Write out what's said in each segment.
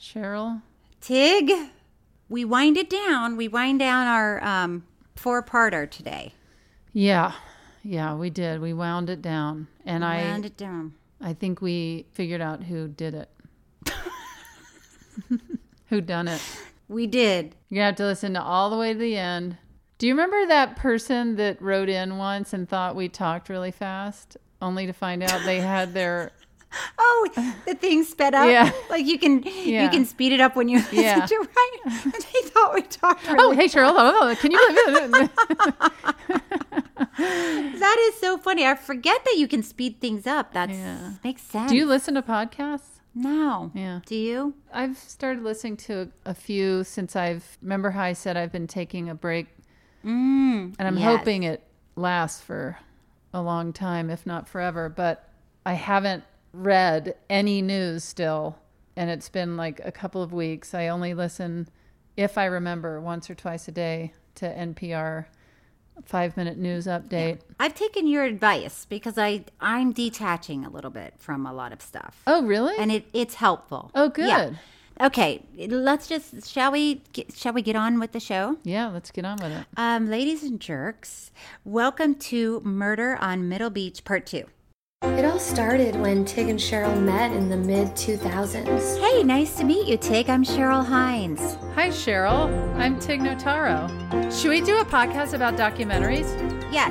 Cheryl. Tig, we wind it down. We wind down our um, four parter today. Yeah. Yeah, we did. We wound it down. And Wind I it down. I think we figured out who did it. who done it. We did. You're gonna have to listen to all the way to the end. Do you remember that person that wrote in once and thought we talked really fast? Only to find out they had their Oh, the thing sped up. Yeah. Like you can you Yeah. can speed it up when you listen Yeah. to it, right. And they thought we talked really Oh hey Cheryl, oh, oh, can you believe it? That is so funny. I forget that you can speed things up. That Yeah. makes sense. Do you listen to podcasts? now? Yeah. Do you? I've started listening to a, a few since I've. Remember how I said I've been taking a break, mm, and I'm yes. hoping it lasts for a long time, if not forever. But I haven't read any news still, and it's been like a couple of weeks. I only listen, if I remember, once or twice a day to NPR five minute news update. I've taken your advice because I I'm detaching a little bit from a lot of stuff. Oh, really? And it, it's helpful. oh, good. Yeah. Yeah. Okay, let's just shall we get, shall we get on with the show? let's get on with it. Um, ladies and jerks, welcome to Murder on Middle Beach Part 2. It all started when Tig and Cheryl met in the mid 2000s. Hey, nice to meet you, Tig. I'm Cheryl Hines. Hi, Cheryl. I'm Tig Notaro. Should we do a podcast about documentaries? Yes.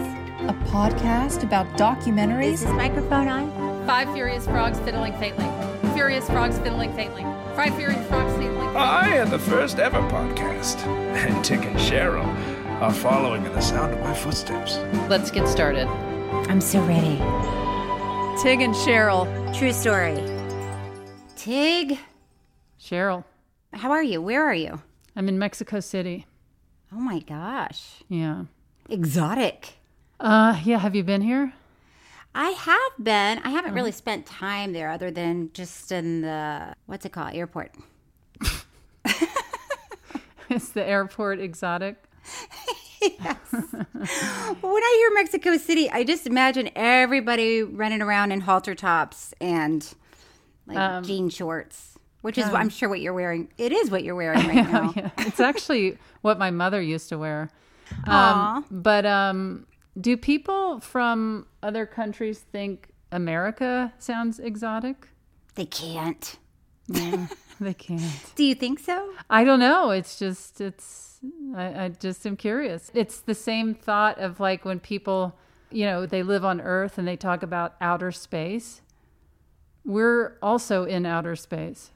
a podcast about documentaries Is this microphone on? Five furious frogs fiddling faintly. Furious frogs fiddling faintly. Five furious frogs fiddling. I am the first ever podcast, and Tick and Cheryl are following in the sound of my footsteps. Let's get started. I'm so ready. Tig and Cheryl. True story. Tig, Cheryl. how are you? Where are you? I'm in Mexico City. Oh my gosh. Yeah. Exotic. Uh, yeah. Have you been here? I have been. I haven't really spent time there other than just in the, what's it called, airport. Is the airport exotic? But when I hear Mexico City, I just imagine everybody running around in halter tops and like Um, jean shorts, which is I'm sure what you're wearing. It is what you're wearing right now. Yeah. It's actually what my mother used to wear. Um, but um, do people from other countries think America sounds exotic? They can't. They can't. Do you think so? I don't know. It's just, it's, I, I just am curious. It's the same thought of like when people, you know, they live on Earth and they talk about outer space. We're also in outer space.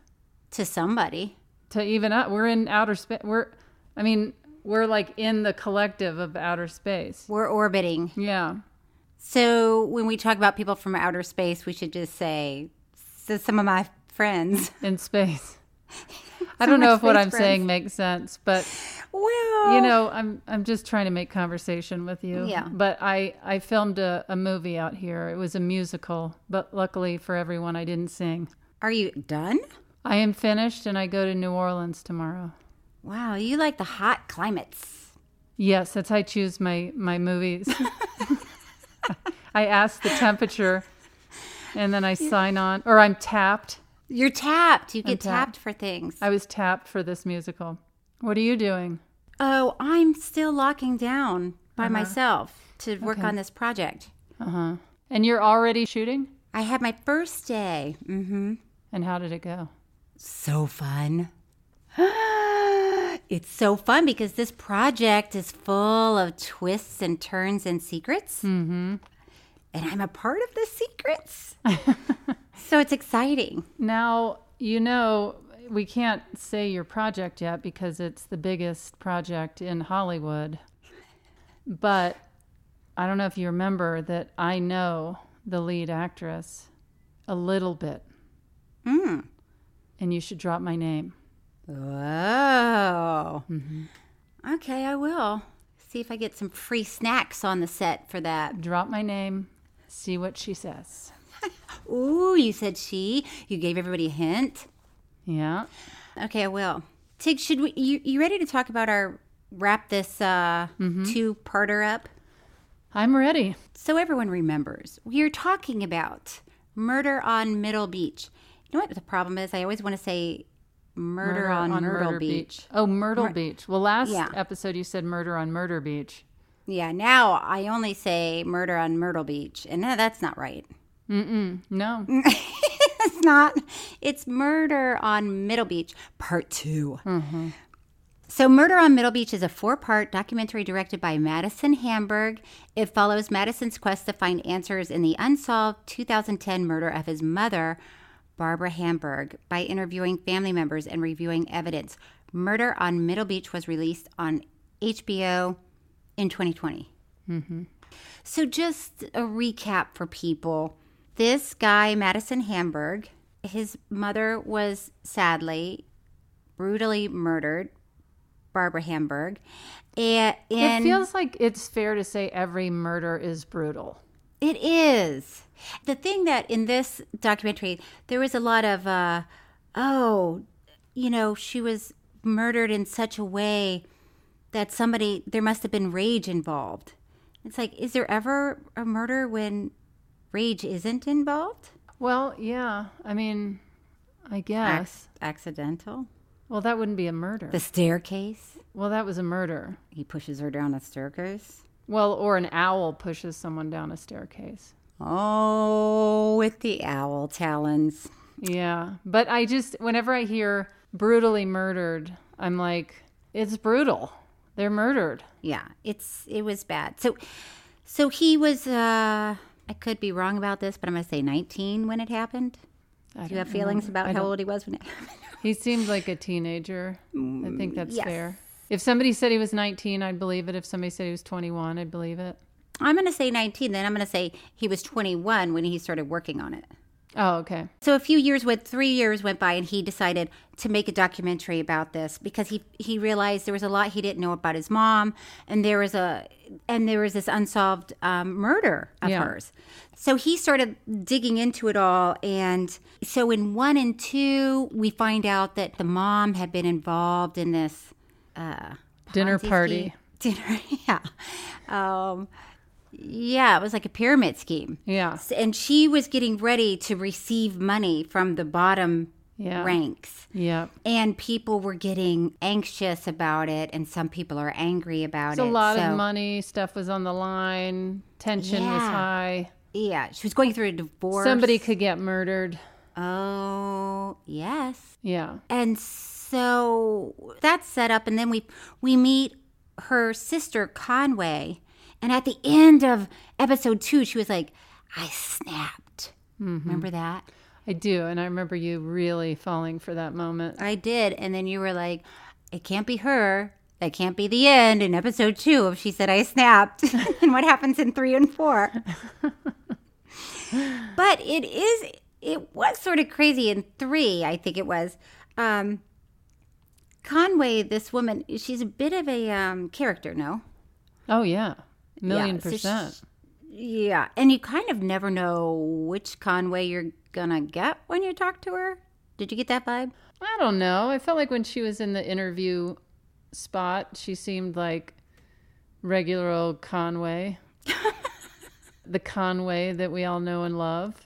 To somebody. to even up. We're in outer space. We're, I mean, we're like in the collective of outer space. We're orbiting. Yeah. So when we talk about people from outer space, we should just say, so some of my friends. In space. I don't know much if what space I'm friends. saying makes sense, but Well, you know, I'm I'm just trying to make conversation with you. Oh. Yeah. But I I filmed a, a movie out here. It was a musical, but luckily for everyone, I didn't sing. Are you done? I am finished, and I go to New Orleans tomorrow. Wow, you like the hot climates. Yes, that's how I choose my my movies. I ask the temperature, and then I sign on, or I'm tapped. You're tapped. You get tapped. tapped for things. I was tapped for this musical. What are you doing? oh, I'm still locking down by myself to work on this project. And you're already shooting? I had my first day. Mm-hmm. And how did it go? So fun. it's so fun because this project is full of twists and turns and secrets. Mm-hmm. And I'm a part of the secrets. so it's exciting. Now, you know, we can't say your project yet because it's the biggest project in Hollywood. But I don't know if you remember that I know the lead actress a little bit. Mm. And you should drop my name. Whoa. Okay, I will. See if I get some free snacks on the set for that. Drop my name, see what she says. Ooh, you said she. You gave everybody a hint. Yeah. Okay, I will. Tig, should we? You, you ready to talk about our wrap this uh, two-parter up? I'm ready. So everyone remembers, we are talking about Murder on Middle Beach. You know what the problem is? I always want to say Murder, on, Myrtle Beach. Oh, Myrtle Beach. Well, last Yeah. episode you said murder on Murder Beach. Yeah, now I only say Murder on Myrtle Beach, and no, that's not right. No. it's not. It's Murder on Middle Beach, part 2 So, Murder on Middle Beach is a four part documentary directed by Madison Hamburg. It follows Madison's quest to find answers in the unsolved 2010 murder of his mother, Barbara Hamburg, by interviewing family members and reviewing evidence. Murder on Middle Beach was released on HBO in 2020. Mm-hmm. So, just a recap for people. This guy, Madison Hamburg, his mother was sadly brutally murdered, Barbara Hamburg. And, it and feels like it's fair to say every murder is brutal. it is. The thing that in this documentary, there was a lot of, uh, oh, you know, she was murdered in such a way that somebody, there must have been rage involved. It's like, is there ever a murder when rage isn't involved? Well, yeah. I mean, I guess. accidental. Well, that wouldn't be a murder. The staircase. Well, that was a murder. He pushes her down the staircase. Well, or an owl pushes someone down a staircase. Oh, with the owl talons. Yeah. But I just, whenever I hear brutally murdered, I'm like, it's brutal. They're murdered. Yeah, it's it was bad. So, so he was. uh I could be wrong about this, but I'm gonna say 19 when it happened. I Do you have feelings about how old he was when it happened? He seemed like a teenager. I think that's fair. If somebody said he was 19, I'd believe it. If somebody said he was 21, I'd believe it. I'm gonna say 19. Then I'm gonna say he was 21 when he started working on it. Oh, okay. So a few years went, three years went by, and he decided to make a documentary about this because he he realized there was a lot he didn't know about his mom, and there was a and there was this unsolved um, murder of Yeah. hers. So he started digging into it all, and so in one and two, we find out that the mom had been involved in this uh, Dinner Ponzi party. scheme- dinner, yeah, um, yeah, it was like a pyramid scheme Yeah. and she was getting ready to receive money from the bottom Yeah. ranks Yeah. and people were getting anxious about it and some people are angry about It's it a lot So, of money. Stuff was on the line. Tension was Yeah. high. yeah she was going through a divorce Somebody could get murdered. oh yes Yeah. and so that's set up and then we we meet her sister conway and at the end of episode two she was like i snapped Mm-hmm. remember that I do. And I remember you really falling for that moment. I did. And then you were like, it can't be her. That can't be the end in episode two if she said I snapped. and what happens in three and four? but it is, it was sort of crazy in three, I think it was. Um, Conway, this woman, she's a bit of a um, character, no? Oh, yeah. Million so she- percent. Yeah. And you kind of never know which Conway you're going to get when you talk to her. Did you get that vibe? I don't know. I felt like when she was in the interview spot, she seemed like regular old Conway. the Conway that we all know and love.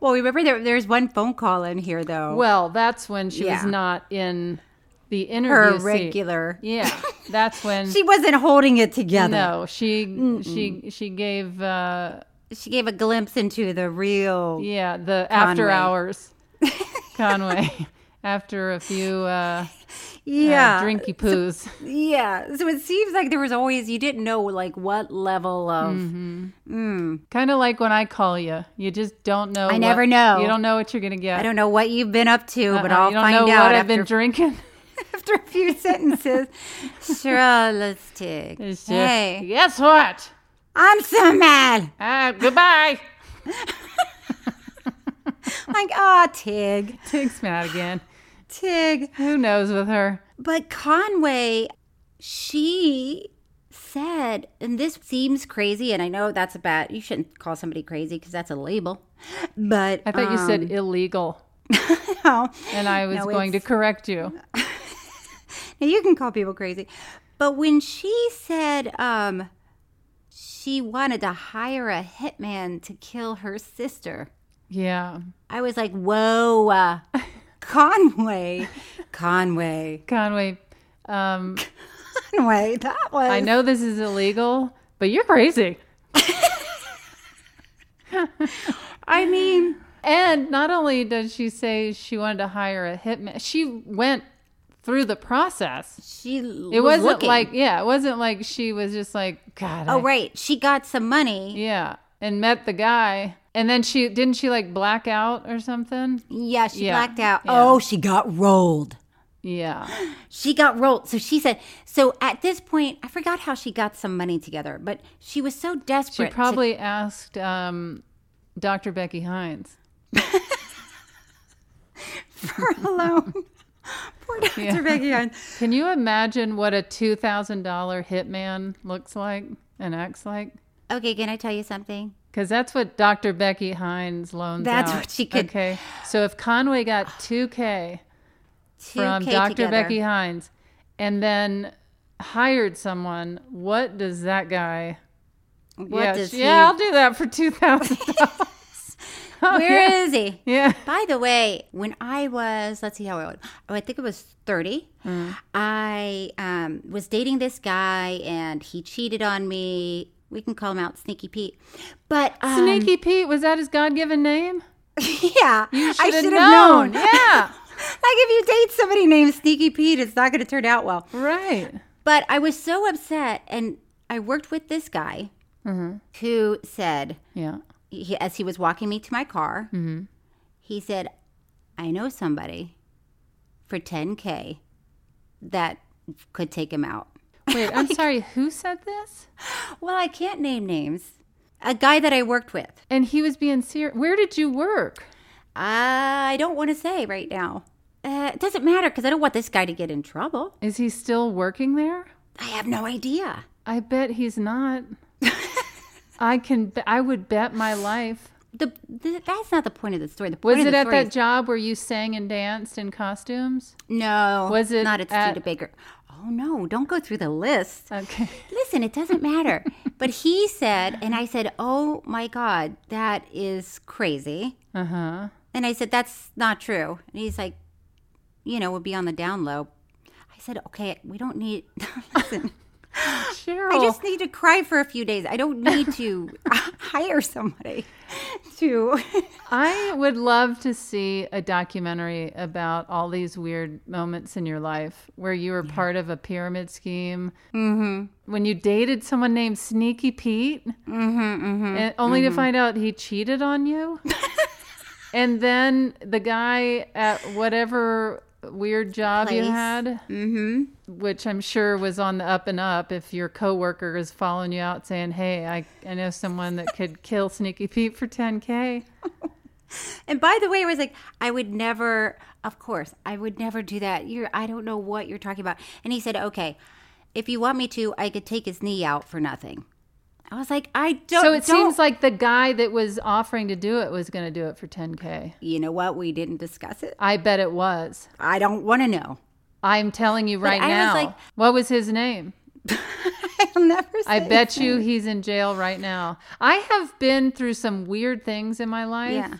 Well, remember there, there's one phone call in here, though. Well, that's when she Oh. Yeah. was not in the her interview seat. regular. Yeah, that's when She wasn't holding it together. no, she she she gave uh She gave a glimpse into the real. yeah the after Conway. hours Conway after a few uh, Yeah. uh drinky poos. Yeah. So it seems like there was always, you didn't know like what level of. Mm-hmm. Kind of like when I call you, you just don't know. I what- never know. You don't know what you're gonna get. I don't know what you've been up to, but I'll Uh-uh, you don't find know out what after, I've been drinking. after a few sentences. sure, let's take. It's just, Hey, guess what? I'm so mad. Ah, goodbye. Like, ah, Tig, Tig's mad again. Tig. Who knows with her? But Conway, she said, and this seems crazy, and I know that's a bad, you shouldn't call somebody crazy because that's a label. But um, I thought you said illegal, no, and I was Um. No, going to correct you. Now, you can call people crazy. But when she said um, she wanted to hire a hitman to kill her sister, Yeah, I was like, whoa, uh, Conway, Conway, Conway. Um, Conway, that was. I know this is illegal, but you're crazy. I mean, And not only does she say she wanted to hire a hitman, she went through the process. she. It was wasn't looking. like, yeah, it wasn't like she was just like, God, Oh, I right. She got some money. Yeah, and met the guy, and then she didn't she like black out or something? Yeah, she Yeah. blacked out. Yeah. Oh, she got rolled. Yeah, She got rolled. So she said, so at this point, I forgot how she got some money together, but she was so she desperate. to- probably asked um, Dr. Becky Hines. for a loan. Poor Dr. Becky Hines. Can you imagine what a two thousand dollar hitman looks like and acts like? Okay, can I tell you something? Because that's what Dr. Becky Hines loans. That's out. what she could- Okay, so if Conway got two k Two from K Dr. together. Becky Hines, and then hired someone, what does that guy? What yeah, does she- yeah, I'll he- do that for two thousand dollars. Where is he? Yeah. By the way, when I was, let's see how old. Oh, I think it was 30. Mm. I um, was dating this guy and he cheated on me. We can call him out Sneaky Pete. But um, Sneaky Pete, was that his God given name? Yeah. I Shoulda should have known. Yeah. Like if you date somebody named Sneaky Pete, it's not going to turn out well. right. But I was so upset, and I worked with this guy who said, Yeah. he, as he was walking me to my car, he said, "I know somebody for 10k that could take him out." Wait, I'm sorry, who said this? Well, I can't name names. A guy that I worked with. And he was being serious. Where did you work? I don't want to say right now. Uh, it doesn't matter because I don't want this guy to get in trouble. Is he still working there? I have no idea. I bet he's not. I can be- I would bet my life. The, the, that's not the point of the story. The point Was of it the at story that is- job where you sang and danced in costumes? No. Was it not at, at- Studebaker? Oh no! Don't go through the list. Okay. Listen, it doesn't matter. but he said, and I said, "Oh my God, that is crazy." Uh-huh. And I said, "That's not true." And he's like, "You know, we'll be on the down low." I said, "Okay, we don't need." Listen, Cheryl. I just need to cry for a few days. I don't need to hire somebody to. I would love to see a documentary about all these weird moments in your life where you were part of a pyramid scheme. Mm-hmm. When you dated someone named Sneaky Pete, mm-hmm, and only to find out he cheated on you. and then the guy at whatever weird job you Place. had, Mm-hmm. which I'm sure was on the up and up, if your coworker is following you out saying, Hey, I, I know someone that could kill Sneaky Pete for 10K. And by the way, I was like, I would never, of course, I would never do that. You're, I don't know what you're talking about. And he said, okay, if you want me to, I could take his knee out for nothing. I was like, I don't. so it don't- seems like the guy that was offering to do it was going to do it for 10k. you know what? We didn't discuss it. I bet it was. I don't want to know. I'm telling you right I was now. like- what was his name? I'll never. Say I bet you he's in jail right now. I have been through some weird things in my life Yeah.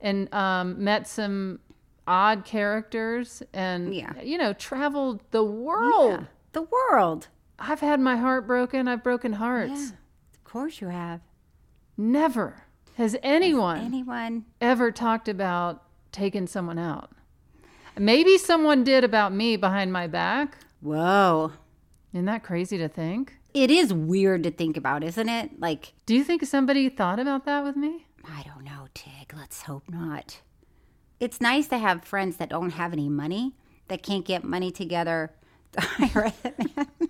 and um, met some odd characters and Yeah. you know traveled the world. The world. I've had my heart broken. I've broken hearts. Of course you have. Never has anyone Anyone? ever talked about taking someone out. Maybe someone did about me behind my back. Whoa. Isn't that crazy to think? It is weird to think about, isn't it? Like, Do you think somebody thought about that with me? I don't know, Tig. Let's hope not. It's nice to have friends that don't have any money, that can't get money together to hire a hitman.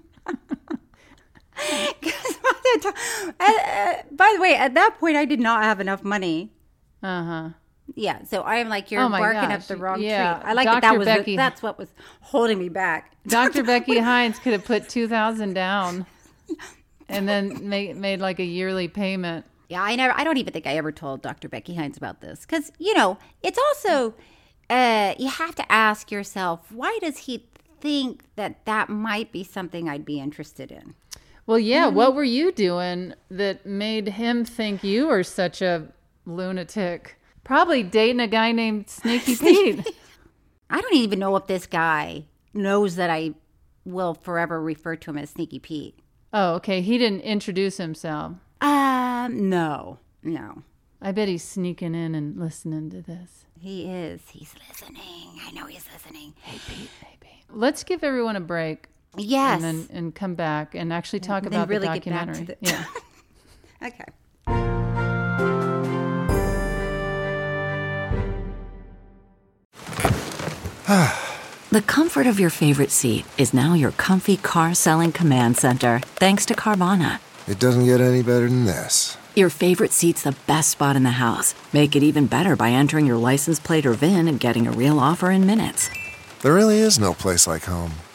'Cause by the ti- uh, uh, by the way, at that point, I did not have enough money. Uh huh. Yeah, so I am like you're Oh my barking gosh, up the wrong yeah. tree. I like that that Dr. was Becky- the, that's what was holding me back. Dr. Becky Hines could have put 2000 down and then made, made like a yearly payment. Yeah, I never. I don't even think I ever told Dr. Becky Hines about this because you know it's also uh, you have to ask yourself why does he think that that might be something I'd be interested in? Well, yeah, what were you doing that made him think you were such a lunatic? Probably dating a guy named Sneaky Pete. I don't even know if this guy knows that I will forever refer to him as Sneaky Pete. Oh, okay. He didn't introduce himself. Um, no, no, I bet he's sneaking in and listening to this. he is. He's listening. I know he's listening. Let's give everyone a break and Yes. then and come back and actually talk then about really the get back to documentary. the- yeah. okay. The comfort of your favorite seat is now your comfy car selling command center, thanks to Carvana. It doesn't get any better than this. Your favorite seat's the best spot in the house. Make it even better by entering your license plate or VIN and getting a real offer in minutes. There really is no place like home.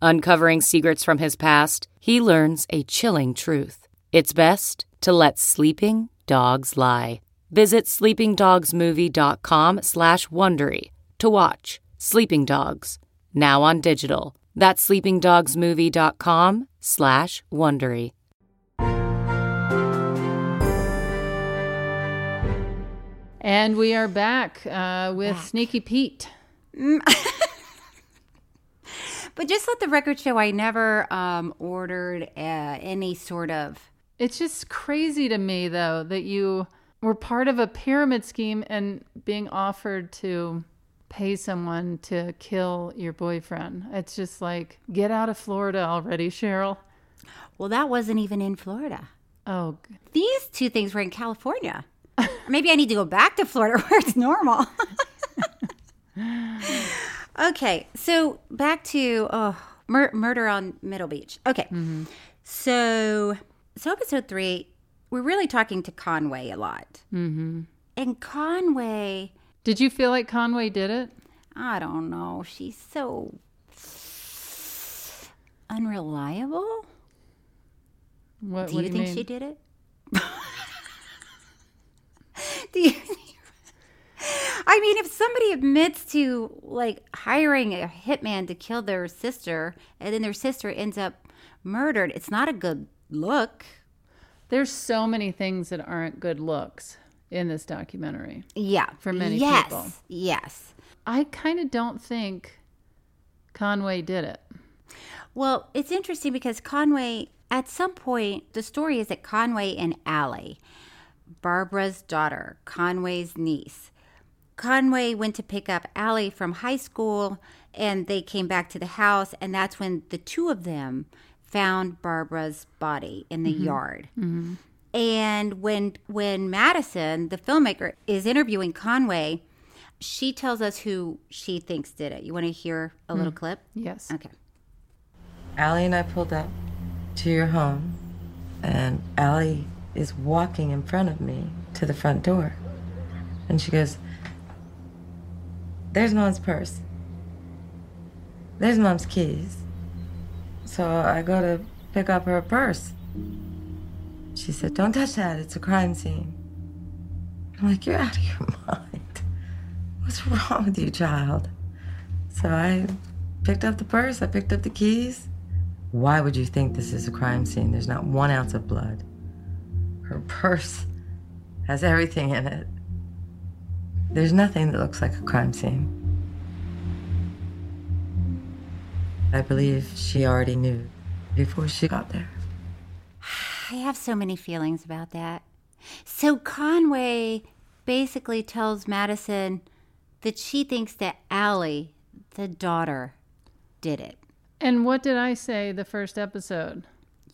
Uncovering secrets from his past, he learns a chilling truth. It's best to let sleeping dogs lie. Visit sleepingdogsmovie.com slash Wondery to watch Sleeping Dogs, now on digital. That's sleepingdogsmovie.com slash Wondery. And we are back uh, with Sneaky Pete. But just let the record show I never um, ordered uh, any sort of. It's just crazy to me though that you were part of a pyramid scheme and being offered to pay someone to kill your boyfriend. It's just like get out of Florida already, Cheryl. Well, that wasn't even in Florida. Oh, g- These two things were in California. Or Maybe I need to go back to Florida where it's normal. okay, so back to oh, mur- murder on Middle Beach. Okay, so so episode three, we're really talking to Conway a lot, mm-hmm. and Conway, did you feel like Conway did it? I don't know, she's so unreliable. What, Do what you do you think she mean? did it? Do you? I mean, if somebody admits to like hiring a hitman to kill their sister, and then their sister ends up murdered, it's not a good look. There's so many things that aren't good looks in this documentary. Yeah, For many yes, people. Yes. I kind of don't think Conway did it. Well, it's interesting because Conway, at some point, the story is that Conway and Allie, Barbara's daughter, Conway's niece, Conway went to pick up Allie from high school and they came back to the house. And that's when the two of them found Barbara's body in the yard. And when when Madison, the filmmaker, is interviewing Conway, she tells us who she thinks did it. You want to hear a little clip? Yes. Okay. Allie and I pulled up to your home, and Allie is walking in front of me to the front door. And she goes, There's Mom's purse. There's mom's keys. So I go to pick up her purse. She said, Don't touch that, it's a crime scene. I'm like, You're out of your mind. What's wrong with you, child? So I picked up the purse, I picked up the keys. Why would you think this is a crime scene? There's not one ounce of blood. Her purse has everything in it. There's nothing that looks like a crime scene. I believe she already knew before she got there. I have so many feelings about that. So Conway basically tells Madison that she thinks that Allie, the daughter, did it. And what did I say the first episode?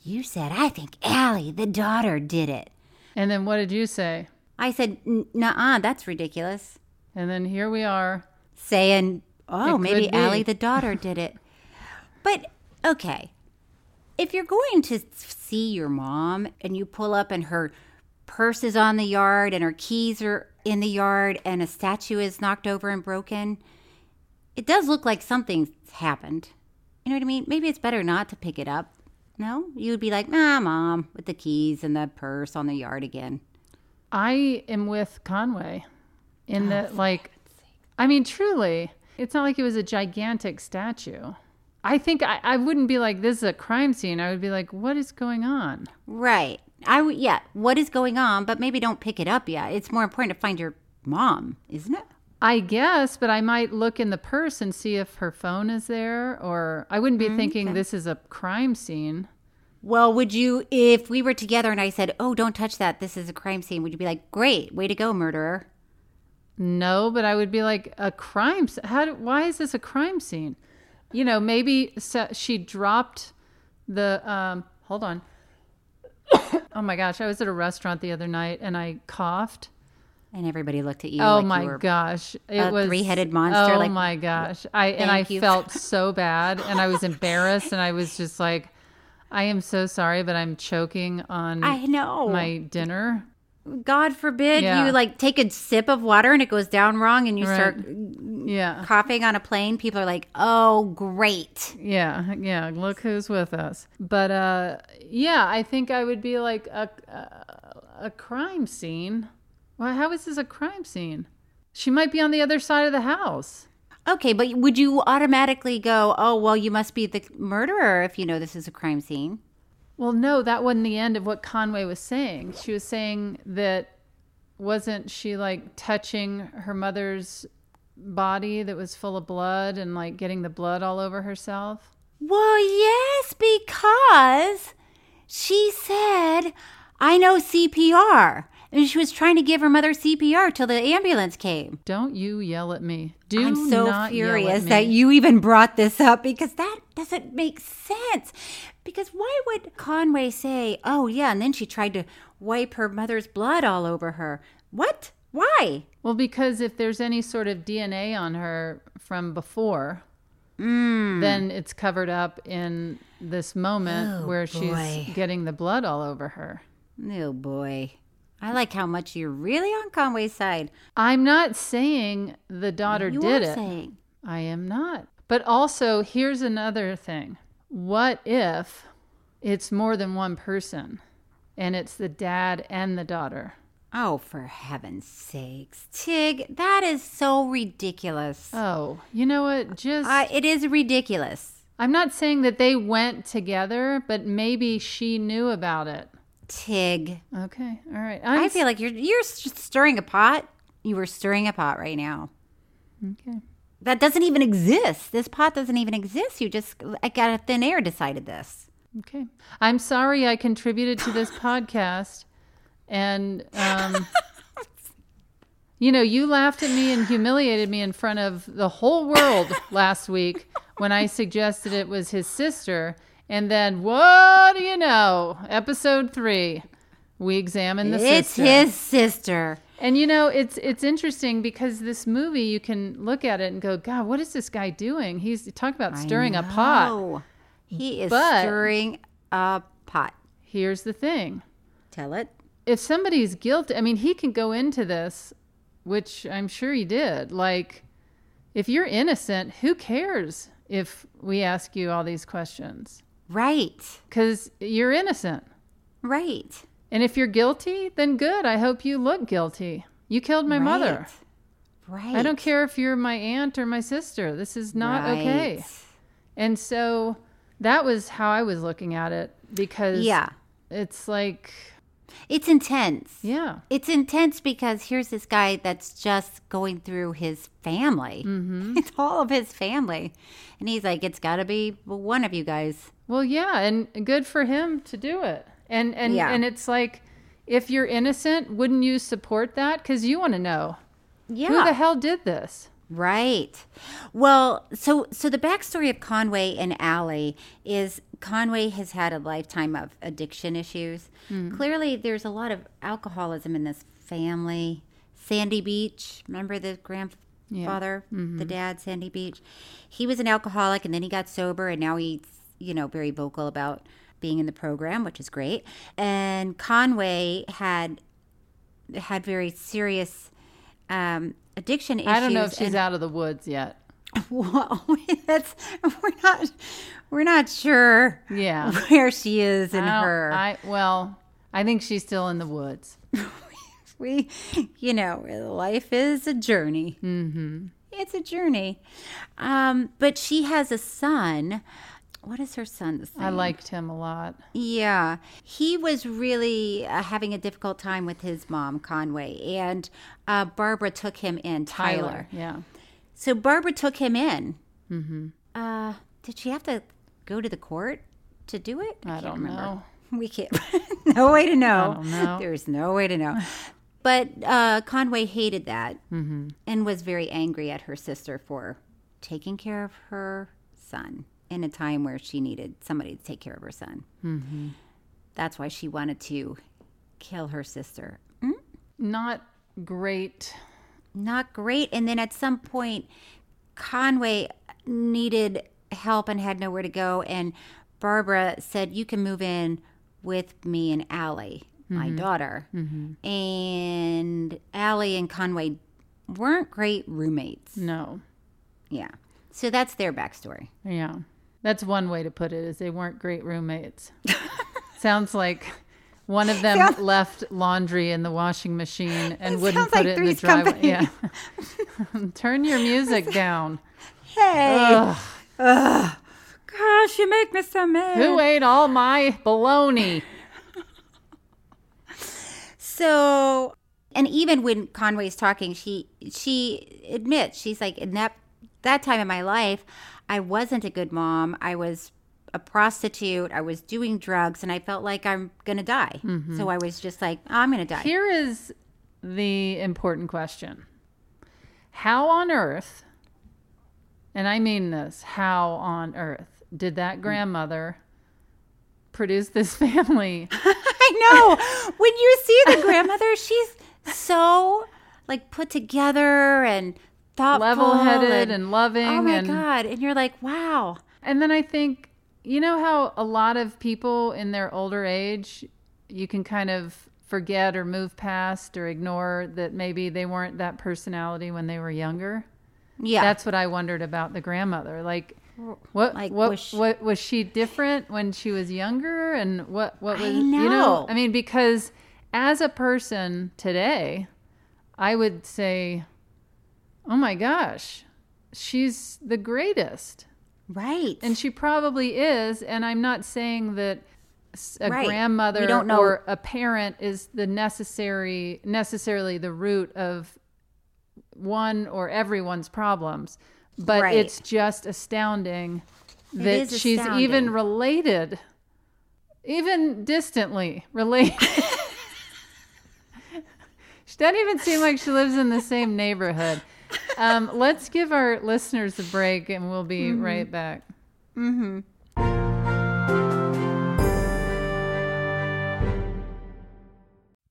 You said, I think Allie, the daughter, did it. And then what did you say? I said, nah, that's ridiculous. And then here we are. Saying, oh, It maybe could be. Allie, the daughter, did it. But okay, if you're going to see your mom and you pull up and her purse is on the yard and her keys are in the yard and a statue is knocked over and broken, it does look like something's happened. You know what I mean? Maybe it's better not to pick it up. No, you would be like, nah, mom, with the keys and the purse on the yard again. I am with Conway in that, like, I mean, truly, it's not like it was a gigantic statue. I think I, I wouldn't be like, this is a crime scene. I would be like, what is going on? Right. I would, yeah, what is going on, but maybe don't pick it up yet. It's more important to find your mom, isn't it? I guess, but I might look in the purse and see if her phone is there, or I wouldn't be thinking this is a crime scene. Well, would you, if we were together and I said, oh, don't touch that, this is a crime scene, would you be like, great, way to go, murderer? No, but I would be like a crime. s- How? do- Why is this a crime scene? You know, maybe so she dropped the. Um, hold on. oh my gosh! I was at a restaurant the other night and I coughed. And everybody looked at you. oh like you my were- gosh! It a was three-headed monster, Oh like, my gosh! I and I thank you. felt so bad and I was embarrassed and I was just like, I am so sorry, but I'm choking on. I know. my dinner. God forbid Yeah. you like take a sip of water and it goes down wrong and you Right. start Yeah. coughing on a plane. People are like, oh, great. Yeah, yeah. Look who's with us. But uh, yeah, I think I would be like a a, a crime scene. Well, how is this a crime scene? She might be on the other side of the house. Okay, but would you automatically go, oh, well, you must be the murderer if you know this is a crime scene? Well, no, that wasn't the end of what Conway was saying. She was saying that wasn't she like touching her mother's body that was full of blood and like getting the blood all over herself? Well, yes, because she said, I know CPR. And she was trying to give her mother CPR till the ambulance came. Don't you yell at me. Do I'm not so yell at furious me. that you even brought this up because that doesn't make sense. Because why would Conway say, oh, yeah, and then she tried to wipe her mother's blood all over her? What? Why? Well, because if there's any sort of DNA on her from before, Mm. then it's covered up in this moment Oh, where boy. she's getting the blood all over her. Oh, boy. I like how much you're really on Conway's side. I'm not saying the daughter You did are it. saying- I am not. But also, here's another thing. What if it's more than one person and it's the dad and the daughter? Oh, for heaven's sakes, Tig, that is so ridiculous. Oh, you know what? Just Uh, it is ridiculous. I'm not saying that they went together, but maybe she knew about it. Tig, Okay. All right. i feel like you're you're s- stirring a pot. You were stirring a pot right now. Okay. That doesn't even exist. This pot doesn't even exist. You just like out of thin air decided this. Okay. I'm sorry I contributed to this podcast. And, um, you know, you laughed at me and humiliated me in front of the whole world last week when I suggested it was his sister. And then, what do you know? Episode three, we examine the it's sister. his sister. And you know, it's it's interesting because this movie you can look at it and go, God, what is this guy doing? He's talk about stirring a pot. Oh, he is But- stirring a pot. Here's the thing. Tell it. If somebody's guilty, I mean, he can go into this, which I'm sure he did. Like, if you're innocent, who cares if we ask you all these questions. Right. Because you're innocent. Right. And if you're guilty, then good. I hope you look guilty. You killed my Right. mother. Right. I don't care if you're my aunt or my sister. This is not Right. okay. And so that was how I was looking at it because Yeah. it's like It's intense. yeah. It's intense because here's this guy that's just going through his family. Mm-hmm. It's all of his family. And he's like, it's got to be one of you guys. Well, yeah, and good for him to do it. And and Yeah. and it's like if you're innocent, wouldn't you support that cuz you want to know Yeah. who the hell did this? Right. Well, so so the backstory of Conway and Allie is Conway has had a lifetime of addiction issues. Hmm. Clearly, there's a lot of alcoholism in this family. Sandy Beach, remember the grandfather, Mm-hmm. the dad, Sandy Beach. He was an alcoholic, and then he got sober, and now he's you know very vocal about being in the program, which is great. And Conway had had very serious um, addiction issues. I don't know if she's and- out of the woods yet. Whoa, that's we're not we're not sure Yeah. where she is in I don't- her. I well, I think she's still in the woods. we, you know, life is a journey. Mm-hmm. It's a journey. Um, but she has a son. What is her son's name? I liked him a lot. Yeah, he was really uh, having a difficult time with his mom, Conway, and uh, Barbara took him in. Tyler. Yeah. So Barbara took him in. Mm-hmm. Uh, did she have to go to the court to do it? I don't know. We can't. no way to know. don't know. There's no way to know. But uh, Conway hated that Mm-hmm. and was very angry at her sister for taking care of her son in a time where she needed somebody to take care of her son. Mm-hmm. That's why she wanted to kill her sister. Not great. Not great. And then at some point, Conway needed help and had nowhere to go. And Barbara said, You can move in with me and Allie, my daughter. Mm-hmm. And Allie and Conway weren't great roommates. No. Yeah. So that's their backstory. Yeah. That's one way to put it is they weren't great roommates. Sounds like one of them Sounds- left laundry in the washing machine and It wouldn't sounds put like it in the Three's driveway. Company. Yeah. Turn your music down. Hey. Ugh. Gosh, you make me so mad. Who ate all my bologna? So, and even when Conway's talking, she she admits she's like in that that time in my life, I wasn't a good mom. I was a prostitute. I was doing drugs, and I felt like I'm gonna die. So I was just like, "Oh, I'm gonna die. Mm-hmm. Here is the important question How on earth, and I mean this, how on earth did Hmm. that grandmother produce this family? I know. when you see the grandmother, she's so like put together and thoughtful, Level-headed and loving Oh my and- god! And you're like, wow. And then I think, you know how a lot of people in their older age, you can kind of forget or move past or ignore that maybe they weren't that personality when they were younger? Yeah. That's what I wondered about the grandmother. Like, what, like, what, was she- what was she different when she was younger, and what, what I was, you know, know. I mean, because as a person today, I would say, oh my gosh, she's the greatest, right. and she probably is. And I'm not saying that s- a Right. grandmother We don't know- or a parent is the necessary necessarily the root of one or everyone's problems but Right. it's just astounding that is she's even astounding. related even distantly related she doesn't even seem like she lives in the same neighborhood um, let's give our listeners a break and we'll be Mm-hmm. right back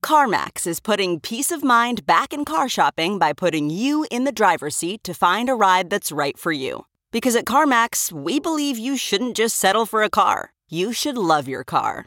CarMax is putting peace of mind back in car shopping by putting you in the driver's seat to find a ride that's right for you. Because at CarMax, we believe you shouldn't just settle for a car, you should love your car.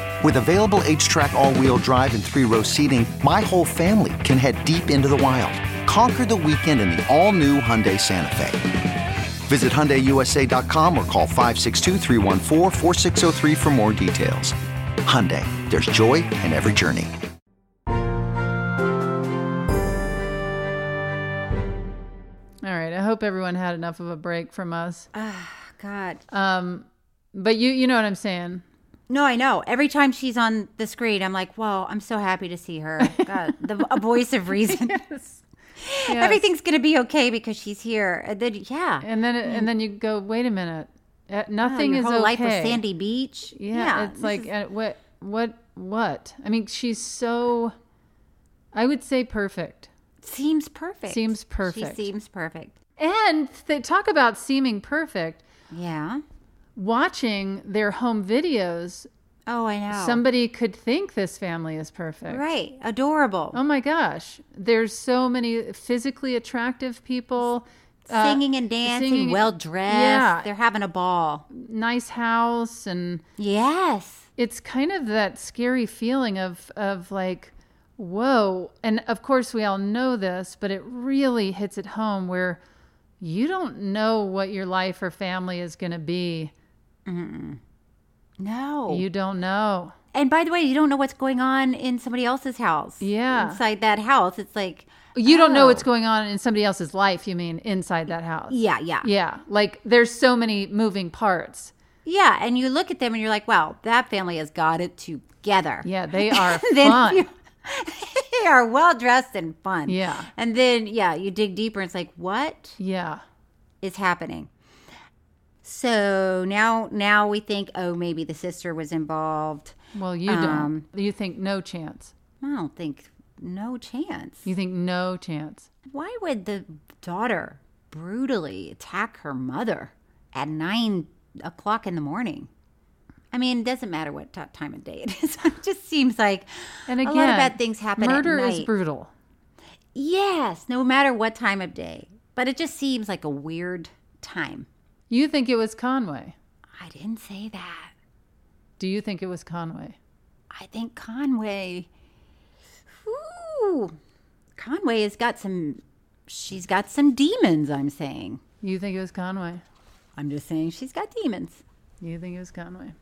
With available H track, all wheel drive, and three row seating, my whole family can head deep into the wild. Conquer the weekend in the all new Hyundai Santa Fe. Visit HyundaiUSA.com or call 562-314-4603 for more details. Hyundai, there's joy in every journey. All right. I hope everyone had enough of a break from us. Ah, God. Um, but you you know what I'm saying. No, I know. Every time she's on the screen, I'm like, "Whoa, I'm so happy to see her." God, the a voice of reason. Yes. Yes. Everything's gonna be okay because she's here. And then, yeah, And then it, and then you go, wait a minute. Uh, Nothing your is whole okay. life was Sandy Beach. Yeah, Yeah, it's this like is- uh, what what what? I mean, she's so I would say perfect. seems perfect. Seems perfect. She seems perfect. And they talk about seeming perfect. Yeah. Watching their home videos, Oh, I know. somebody could think this family is perfect. right, adorable, Oh my gosh. There's so many physically attractive people. uh, singing and dancing, singing- well dressed. Yeah. They're having a ball. uh, Nice house and Yes. it's kind of that scary feeling of of like whoa and of course we all know this but it really hits it home where you don't know what your life or family is going to be No. you don't know and by the way, you don't know what's going on in somebody else's house. Yeah. Inside that house, it's like you don't know oh. what's going on in somebody else's life you mean inside that house Yeah, yeah. yeah like there's so many moving parts Yeah, and you look at them and you're like, wow, that family has got it together. yeah they are Then fun you- they are well dressed and fun. Yeah. And then, yeah, you dig deeper and it's like, what yeah is happening? So now, now we think, oh, maybe the sister was involved. well you Um, don't you think no chance I don't think, no chance. you think no chance Why would the daughter brutally attack her mother at nine o'clock in the morning? I mean, it doesn't matter what t- time of day it is. it just seems like and A lot again of bad things happen at murder is night. brutal Yes, no matter what time of day. But it just seems like a weird time. You think it was Conway? I didn't say that. Do you think it was Conway? I think Conway. Ooh. Conway has got some she's got some demons, I'm saying. You think it was Conway? I'm just saying she's got demons. You think it was Conway?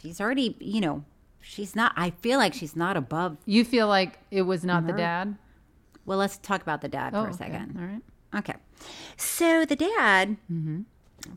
She's already, you know, she's not I feel like she's not above. You feel like it was not the Murder. dad? Well, let's talk about the dad for a Oh, okay. second. All right. Mm-hmm. Okay. So the dad,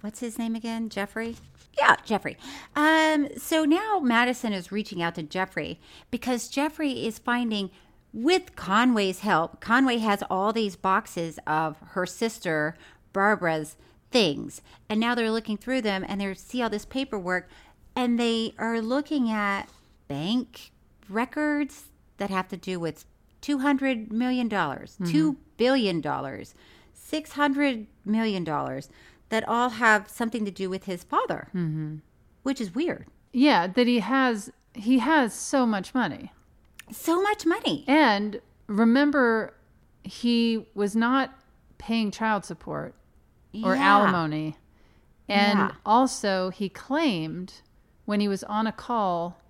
what's his name again? Jeffrey? Yeah, Jeffrey. Um, so now Madison is reaching out to Jeffrey because Jeffrey is finding, with Conway's help, Conway has all these boxes of her sister, Barbara's things. And now they're looking through them and they see all this paperwork and they are looking at bank records that have to do with $200 million, Mm-hmm. $2 billion, $600 million that all have something to do with his father, Mm-hmm. which is weird. Yeah, that he has he has so much money. So much money. And remember he was not paying child support or Yeah. alimony. And Yeah. also he claimed when he was on a call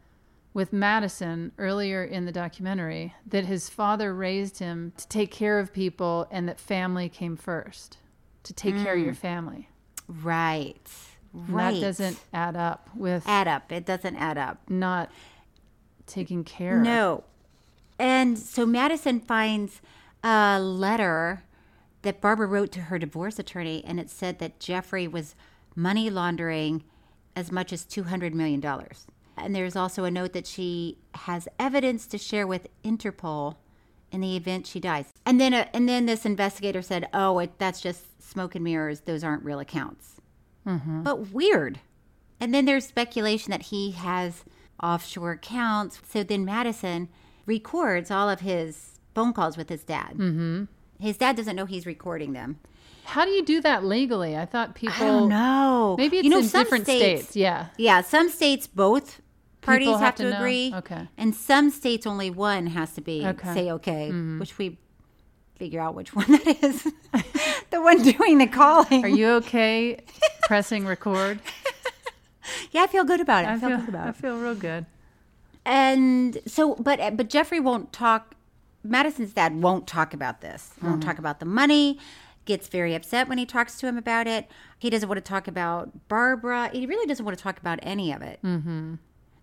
with Madison earlier in the documentary that his father raised him to take care of people and that family came first. To take care of your family. Right. And Mm. Right. That doesn't add up with add up. It doesn't add up. not taking care of. No. And so Madison finds a letter that Barbara wrote to her divorce attorney, and it said that Jeffrey was money laundering as much as $200 million. And there's also a note that she has evidence to share with Interpol in the event she dies. And then, uh, and then this investigator said, "Oh, it, that's just smoke and mirrors. Those aren't real accounts." But weird. And then there's speculation that he has offshore accounts. So then Madison records all of his phone calls with his dad. Mm-hmm. His dad doesn't know he's recording them. How do you do that legally? I thought people. I don't know. Maybe it's you know, in some different states, states. Yeah. Yeah, some states both parties People have, have to, to know. agree. Okay. And some states only one has to be Okay. say okay, Mhm. which we figure out which one that is. the one doing the calling. Are you okay pressing record? Yeah, I feel good about it. I, I feel, feel, good about I it. feel real good. And so, but but Jeffrey won't talk. Madison's dad won't talk about this. Won't talk about the money. Gets very upset when he talks to him about it. He doesn't want to talk about Barbara. He really doesn't want to talk about any of it. Mm-hmm.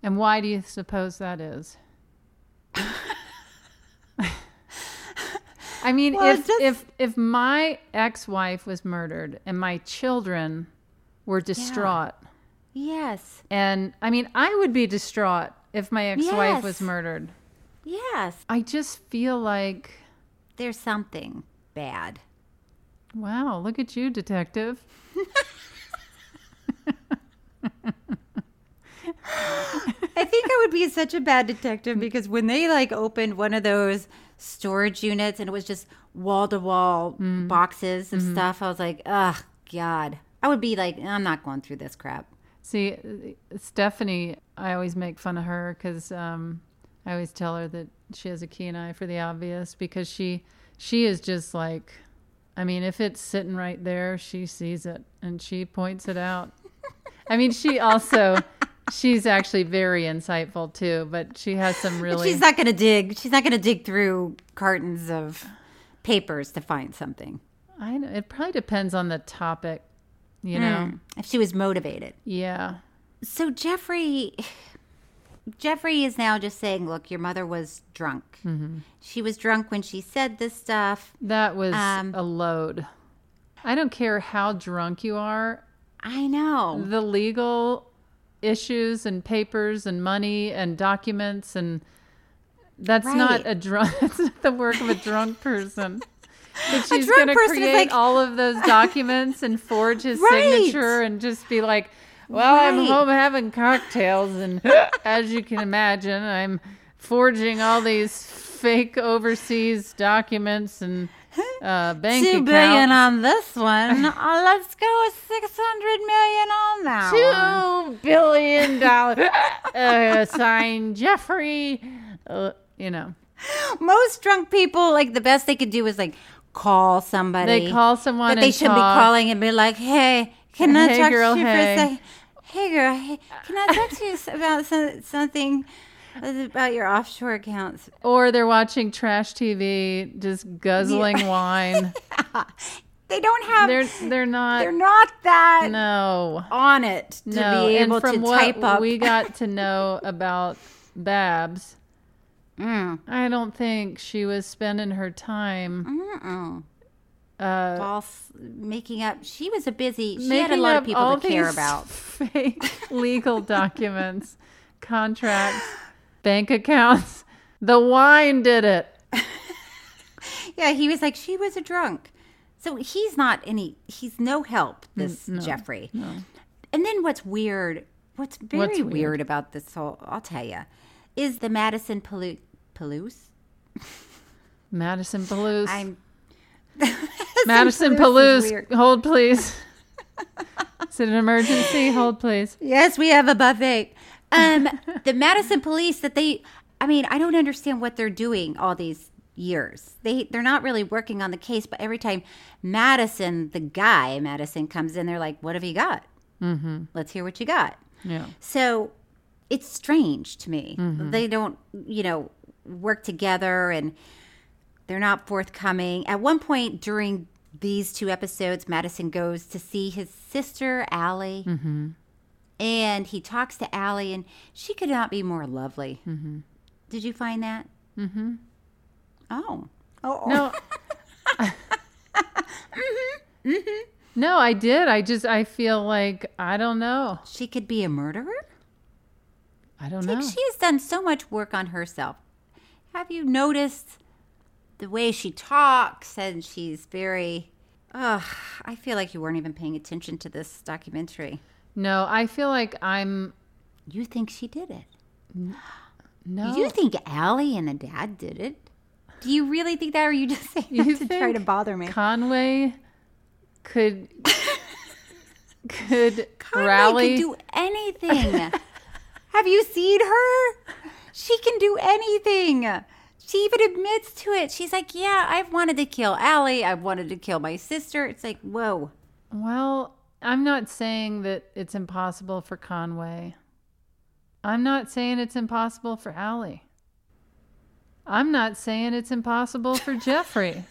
And why do you suppose that is? I mean, Well, if, just- if if my ex-wife was murdered and my children were distraught, Yes, and I mean, I would be distraught if my ex-wife was Yes. murdered. yes. I just feel like, There's something bad. wow, look at you, detective. I think I would be such a bad detective because when they like opened one of those storage units and it was just wall to wall boxes of stuff, I was like, ugh, God. I would be like, I'm not going through this crap. See, uh, Stephanie, I always make fun of her because um, I always tell her that she has a keen eye for the obvious because she she is just like, I mean, if it's sitting right there, she sees it and she points it out. I mean, she also she's actually very insightful too, but she has some really She's not going to dig. She's not going to dig through cartons of papers to find something. I know, it probably depends on the topic, you know. Mm, if she was motivated. Yeah. So Jeffrey, Jeffrey is now just saying, "Look, your mother was drunk. Mm-hmm. She was drunk when she said this stuff." That was Um, a load. I don't care how drunk you are. I know. the legal issues and papers and money and documents and that's not Right. a drunk that's not the work of a drunk person but she's drunk going to person is create like- all of those documents and forge his Right. signature and just be like well i'm Right. home having cocktails and as you can imagine i'm forging all these fake overseas documents and uh, bank Two accounts. billion on this one. Uh, let's go with six hundred million on that one. two billion dollar uh, sign Jeffrey. Uh, you know, Most drunk people, like the best they could do is like call somebody. they call someone that they and should be talk. calling and be like, "Hey, can I Hey, talk girl, to you hey." for a second? Hey, girl, hey, can I talk to you s- about some, something about your offshore accounts?" Or they're watching trash TV, just guzzling wine. They don't have. They're they're not. They're not that no, on it to no. be able and from to what type up. we got to know about Babs, Mm. I don't think she was spending her time. Mm-mm. Uh, False making up. She was a busy. She had a making lot of up people all to care these about. fake legal documents, contracts, bank accounts. The wine did it. Yeah, he was like she was a drunk. So he's not any. He's no help. This Jeffrey. And then what's weird? What's very What's weird? weird? about this whole? I'll tell you, is the Madison Palouse. Palouse. Madison Palouse. I'm Madison Palouse is Palouse. weird. Hold please. Is it an emergency? Hold please. Yes, we have a buffet. Um, the Madison police that they, I mean, I don't understand what they're doing all these years. They they're not really working on the case, but every time Madison, the guy Madison comes in, they're like, "What have you got? Mm-hmm. Let's hear what you got." Yeah. So it's strange to me. They don't, you know, work together and they're not forthcoming. At one point during these two episodes, Madison goes to see his sister, Allie. And he talks to Allie, and she could not be more lovely. Did you find that? Mm-hmm. Mm hmm. Oh. Oh, No. No, I did. I just I feel like I don't know. she could be a murderer? I don't Like know. she has done so much work on herself. Have you noticed the way she talks? And she's very. Ugh, I feel like you weren't even paying attention to this documentary. No, I feel like I'm You think she did it? no. You think Allie and the dad did it? Do you really think that, or are you just saying You that to try to think bother me? Conway could could Conway rally can do anything. Have you seen her? She can do anything. She even admits to it. She's like, "Yeah, I've wanted to kill Allie. I've wanted to kill my sister." It's like, whoa. Well, I'm not saying that it's impossible for Conway. I'm not saying it's impossible for Allie. I'm not saying it's impossible for Jeffrey.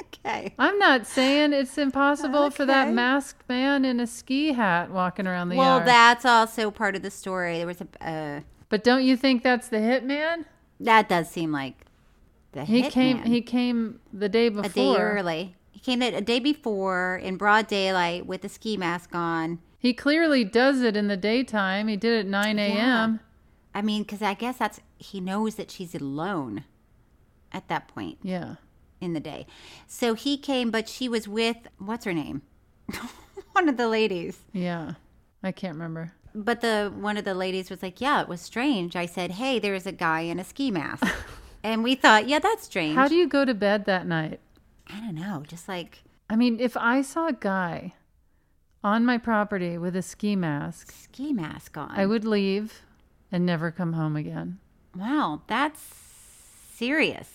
okay. I'm not saying it's impossible for that Okay. masked man in a ski hat walking around the well, yard. that's also part of the story. There was a. Uh, but don't you think that's the hitman? that does seem like the He hit came. man. He came the day before. a day early. He came in a day before in broad daylight with a ski mask on. He clearly does it in the daytime. He did it at 9 a.m. I mean, because I guess that's he knows that she's alone at that point Yeah. in the day. So he came, but she was with what's her name, one of the ladies. Yeah. I can't remember. But the one of the ladies was like, "Yeah, it was strange." I said, "Hey, there's a guy in a ski mask," and we thought, "Yeah, that's strange." How do you go to bed that night? I don't know. Just like I mean, if I saw a guy on my property with a ski mask, ski mask on. I would leave and never come home again. Wow, that's serious.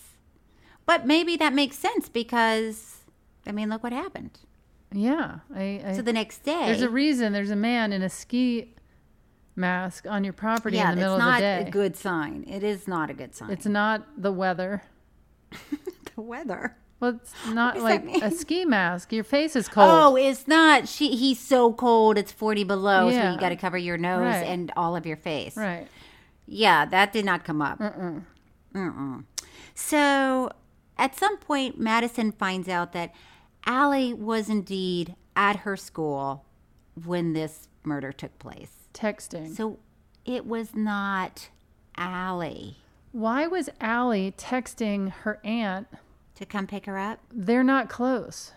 But maybe that makes sense because, I mean, look what happened. Yeah. I, I so the next day, There's a reason there's a man in a ski mask on your property yeah, in the it's middle not of the day. a good sign. It is not a good sign. It's not the weather. the weather. Well, it's not does like that a mean? ski mask. Your face is cold. Oh, it's not. She he's so cold. It's forty below, so Yeah. you got to cover your nose Right. and all of your face. right. Yeah, that did not come up. Mm-mm. Mm-mm. So at some point, Madison finds out that Allie was indeed at her school when this murder took place. Texting. So it was not Allie Why was Allie texting her aunt? to come pick her up. They're not close.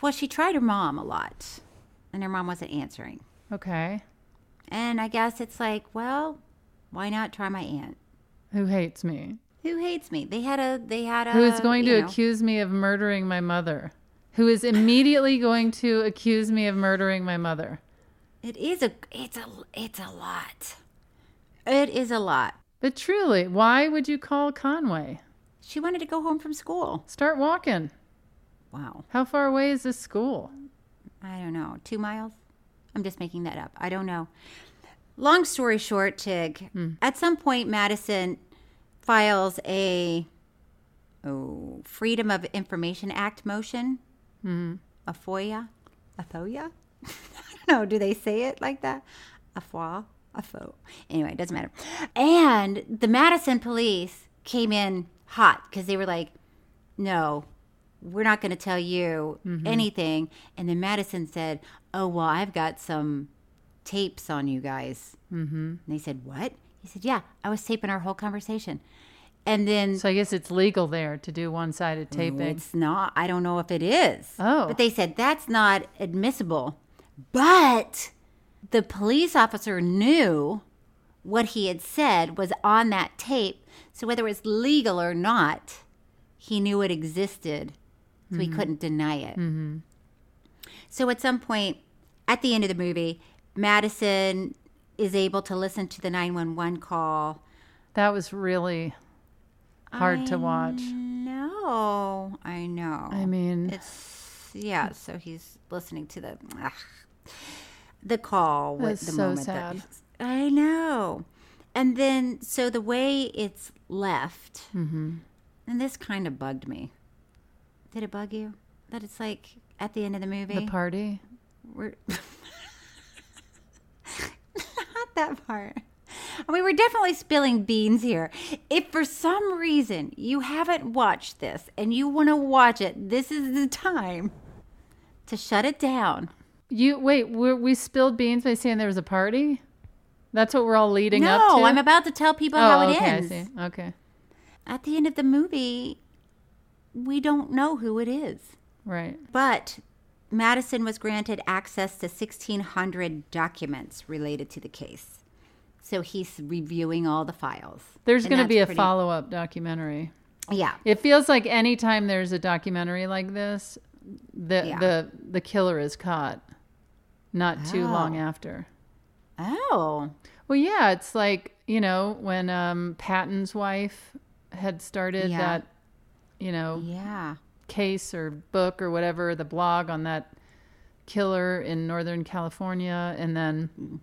Well, she tried her mom a lot, and her mom wasn't answering. Okay. And I guess it's like, well, why not try my aunt? Who hates me? Who hates me? They had a they had a Who is going Uh, you to know, accuse me of murdering my mother? Who is immediately going to accuse me of murdering my mother? It is a it's a it's a lot. It is a lot. But truly, why would you call Conway? She wanted to go home from school. Start walking. Wow. How far away is this school? I don't know. 2 miles? I'm just making that up. I don't know. Long story short, Tig, Hmm. at some point Madison files a oh, Freedom of Information Act motion, Mm. a FOIA. A FOIA? I don't know. Do they say it like that? A FOIA? A FO. Anyway, it doesn't matter. And the Madison police came in hot because they were like, no, we're not going to tell you anything. And then Madison said, oh, well, I've got some tapes on you guys. Mm-hmm. And they said, what? He said, yeah, I was taping our whole conversation. And then So I guess it's legal there to do one sided taping. it's not. I don't know if it is. Oh. But they said that's not admissible. But the police officer knew what he had said was on that tape. So whether it's legal or not, he knew it existed. So he couldn't deny it. Mm-hmm. So at some point at the end of the movie, Madison is able to listen to the 911 call. That was really hard to watch. No, I know. I mean, It's yeah. So he's listening to the ugh. the call with That's the so moment. sad. That, I know. And then so the way it's left, mhm. and this kind of bugged me. Did it bug you that it's like at the end of the movie? the party. we're not that part. I mean, we're definitely spilling beans here. If for some reason you haven't watched this and you want to watch it, this is the time to shut it down. You wait. we we spilled beans by saying there was a party. That's what we're all leading no, up to. I'm about to tell people oh, how it okay, ends. I see. Okay, At the end of the movie, we don't know who it is, right. but Madison was granted access to 1,600 documents related to the case. So he's reviewing all the files. There's And going to that's be a pretty- follow up documentary. Yeah. It feels like anytime there's a documentary like this, the the the killer is caught not too long after. Oh. Well, yeah, it's like, you know, when um Patton's wife had started Yeah. that, you know, yeah, case or book or whatever, the blog on that killer in Northern California and then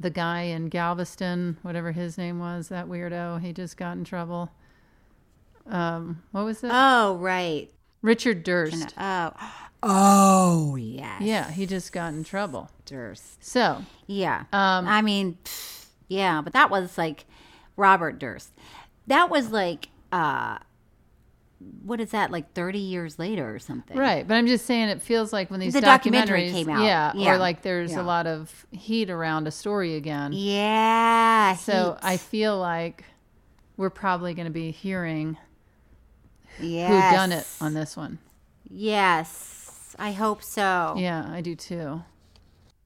the guy in Galveston, whatever his name was, that weirdo, he just got in trouble. Um, what was it? Oh, right. Richard Durst. Oh. Oh, yes. Yeah, he just got in trouble. Durst. So, Yeah. Um, I mean, pfft, yeah, but that was like Robert Durst. That was like, uh, what is that, like 30 years later or something? Right, but I'm just saying it feels like when these The documentary documentaries came out. Yeah, Yeah. or like there's Yeah. a lot of heat around a story again. Yeah. So heat. I feel like we're probably going to be hearing who done it Yes. on this one. Yes. I hope so. Yeah, I do too.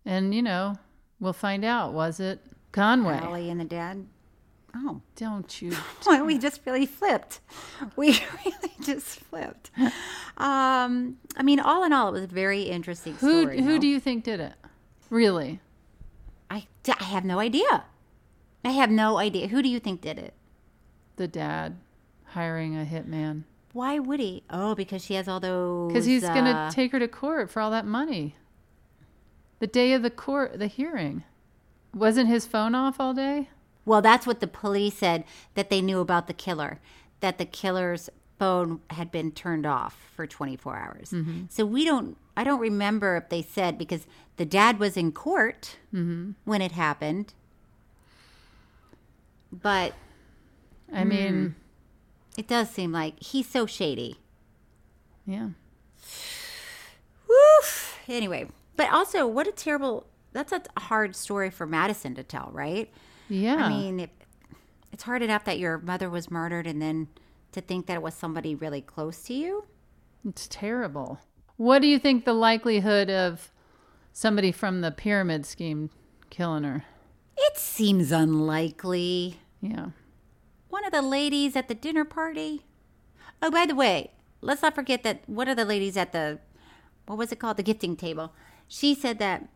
And you know, we'll find out. Was it Conway? Allie and the dad. Oh. Don't you? Well, we just really flipped. We really just flipped. Um, I mean, all in all, it was a very interesting Who story. who no? do you think did it? Really? I, I have no idea. I have no idea. Who do you think did it? The dad hiring a hitman Why would he? Oh, because she has all those. because he's going to uh, take her to court for all that money. The day of the court, the hearing, wasn't his phone off all day? Well, that's what the police said that they knew about the killer, that the killer's phone had been turned off for 24 hours. Mhm. So we don't, I don't remember if they said because the dad was in court when it happened. But I Hmm. mean, it does seem like he's so shady. yeah. Woof. Anyway, but also, what a terrible, that's a hard story for Madison to tell, right? Yeah. I mean, it, it's hard enough that your mother was murdered and then to think that it was somebody really close to you. It's terrible. What do you think the likelihood of somebody from the pyramid scheme killing her? It seems unlikely. Yeah. One of the ladies at the dinner party. Oh, by the way, let's not forget that one of the ladies at the, what was it called? The gifting table. She said that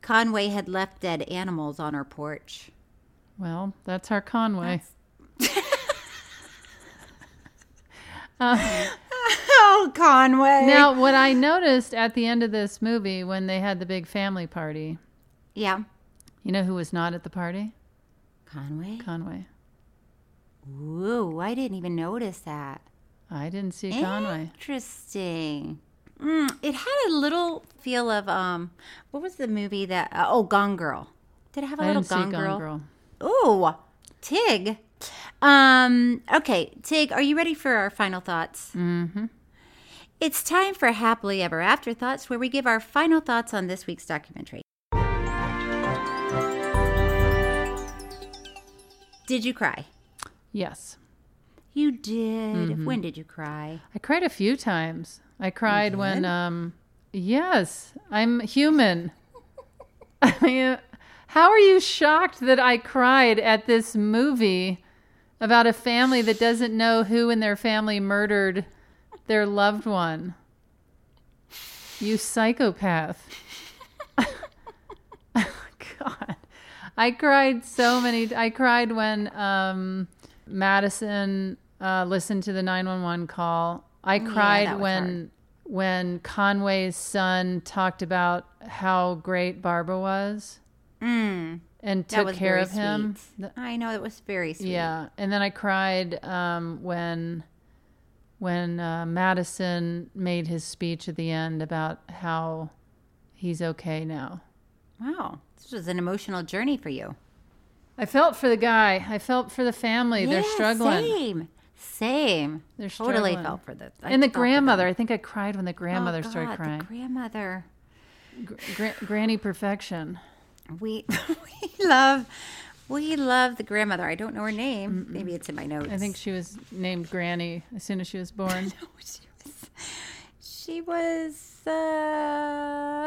Conway had left dead animals on her porch. Well, that's our Conway. Oh, Conway. now, what I noticed at the end of this movie when they had the big family party, Yeah. you know who was not at the party? Conway? Conway. Ooh, I didn't even notice that. I didn't Eh? see Conway. Interesting. Mm, it had a little feel of um, what was the movie that? Uh, oh, Gone Girl. Did it have a I little didn't see Gone, Gone Girl? Girl. Ooh, Tig. Um, okay, Tig, are you ready for our final thoughts? Mm-hmm. It's time for Happily Ever After Thoughts, where we give our final thoughts on this week's documentary. Did you cry? Mm-hmm. Yes. You did. Mhm. When did you cry? I cried a few times. I cried when um yes, I'm human. I mean, how are you shocked that I cried at this movie about a family that doesn't know who in their family murdered their loved one? You psychopath. God. I cried so many. I cried when um, Madison uh, listened to the 911 call. I Yeah, cried that was when when Conway's son talked about how great Barbara was Mm. and That took was care very of him. sweet. I know it was very sweet. Yeah, and then I cried um, when when uh, Madison made his speech at the end about how he's okay now. Wow. This was an emotional journey for you. I felt for the guy. I felt for the family. They're Yeah, struggling. Same. Same. They're totally struggling. felt for the I and the felt for them. grandmother. I think I cried when the Oh, grandmother started God, crying. The grandmother. Gr- gra- granny perfection. We we love we love the grandmother. I don't know her name. Maybe it's in my notes. I think she was named Granny as soon as she was born. she was uh,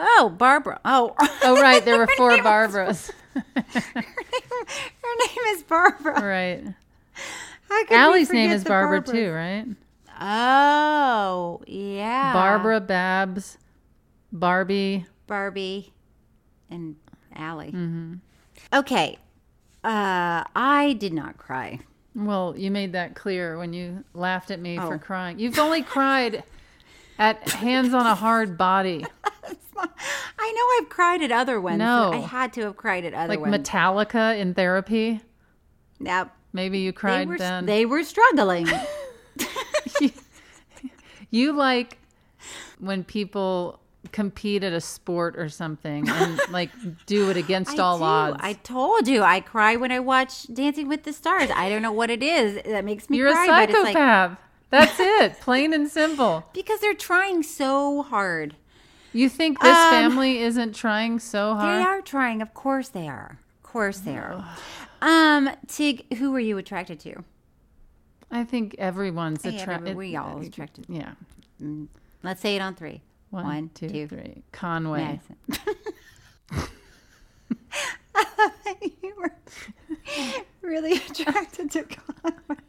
oh Barbara. Oh oh, right. There were four Barbaras. her name is Barbara. Right. How could we Allie's name forget is the Barbara, Barbaras? too, right? Oh, yeah. Barbara Babs, Barbie. Barbie and Allie. Mm-hmm. Okay. Uh, I did not cry. Well, you made that clear when you laughed at me Oh. for crying. You've only cried at Hands on a Hard Body, I know I've cried at other ones. No. I had to have cried at other like ones. Metallica in therapy. Yep. Maybe you They cried were, then. they were struggling. You like when people compete at a sport or something and like do it against I all do. odds. I told you I cry when I watch Dancing with the Stars. I don't know what it is that makes me You're cry. a but it's like- psychopath. That's it. Plain and simple. because they're trying so hard. You think this Um, family isn't trying so hard? They are trying. Of course they are. Of course they are. Um, Tig, who were you attracted to? I think everyone's Hey, attracted. everyone- we all attracted. Yeah. Let's say it on three. One, two, three. Conway. Madison. you were really attracted to Conway.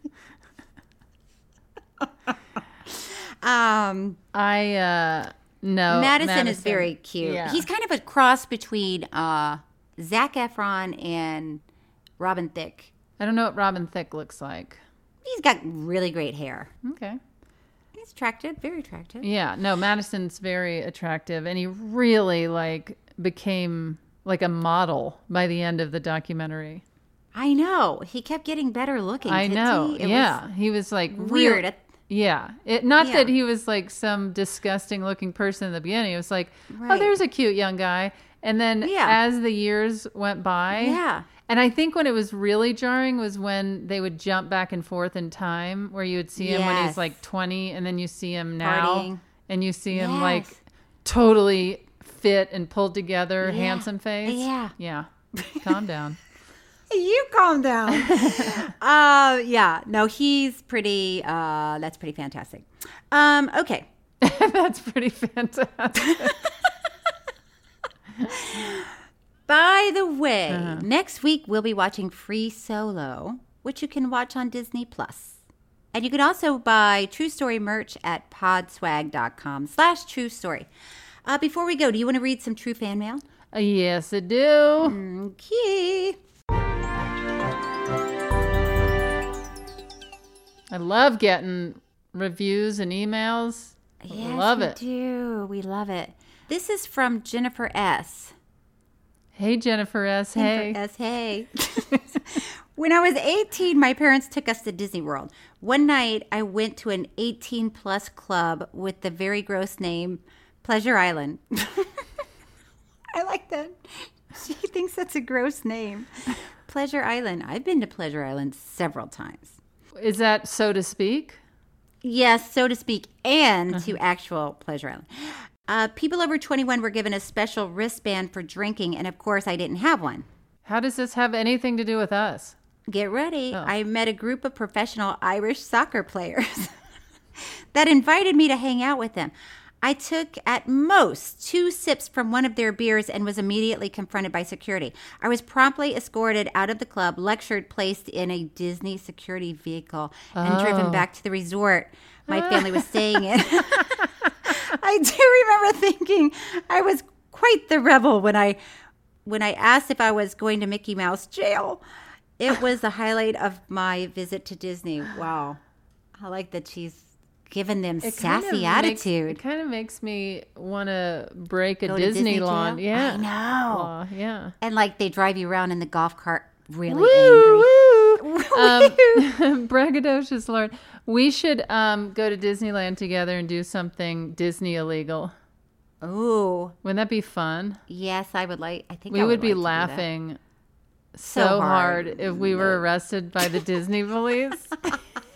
um, I uh no. Madison, is very cute. Yeah. He's kind of a cross between uh, Zach Efron and Robin Thicke. I don't know what Robin Thicke looks like. He's got really great hair. Okay. He's attractive, very attractive. Yeah, no, Madison's very attractive and he really like became like a model by the end of the documentary. I know. He kept getting better looking. I didn't know. he? It yeah. he was like was real- weird. At- yeah. It not Yeah. that he was like some disgusting looking person in the beginning. It was like, Right. oh, there's a cute young guy. And then Yeah. as the years went by. Yeah. And I think when it was really jarring was when they would jump back and forth in time where you would see him when Yes. he's like 20 and then you see him now Partying. and you see him like Yes. totally fit and pulled together, Yeah. handsome face. Yeah. Yeah. Calm down. You calm down. uh, yeah. No, he's pretty. Uh, that's pretty fantastic. Um, okay. That's pretty fantastic. By the way, Uh-huh. next week we'll be watching Free Solo, which you can watch on Disney Plus. And you can also buy True Story merch at podswag.com slash true story. Uh, before we go, do you want to read some true fan mail? Uh, yes, I do. Okay. I love getting reviews and emails. Yes, love we it. do. We love it. This is from Jennifer S. Hey, Jennifer S. Hey. Jennifer S. Hey. when I was 18, my parents took us to Disney World. One night, I went to an 18 plus club with the very gross name Pleasure Island. I like that. She thinks that's a gross name. Pleasure Island. I've been to Pleasure Island several times. Is that so to speak? Yes, so to speak, and to actual Pleasure Island. Uh, people over 21 were given a special wristband for drinking, and of course, I didn't have one. How does this have anything to do with us? Get ready. I met a group of professional Irish soccer players that invited me to hang out with them. I took at most two sips from one of their beers and was immediately confronted by security. I was promptly escorted out of the club, lectured, placed in a Disney security vehicle, and driven back to the resort my family was staying in. I do remember thinking I was quite the rebel when I when I asked if I was going to Mickey Mouse jail. It was the highlight of my visit to Disney. Wow. I like that she's given them sassy attitude. Makes, it kind of makes me want to break a Go to Disney Disneyland. Channel? yeah. I know. Aw, yeah. and like they drive you around in the golf cart really angry. Woo! Um, braggadocious Lord. We should um, go to Disneyland together and do something Disney illegal. Oh, Wouldn't that be fun? yes, I would like I think We I would, would, be like to do that. laughing So so, hard. hard. if we were arrested by the Disney police.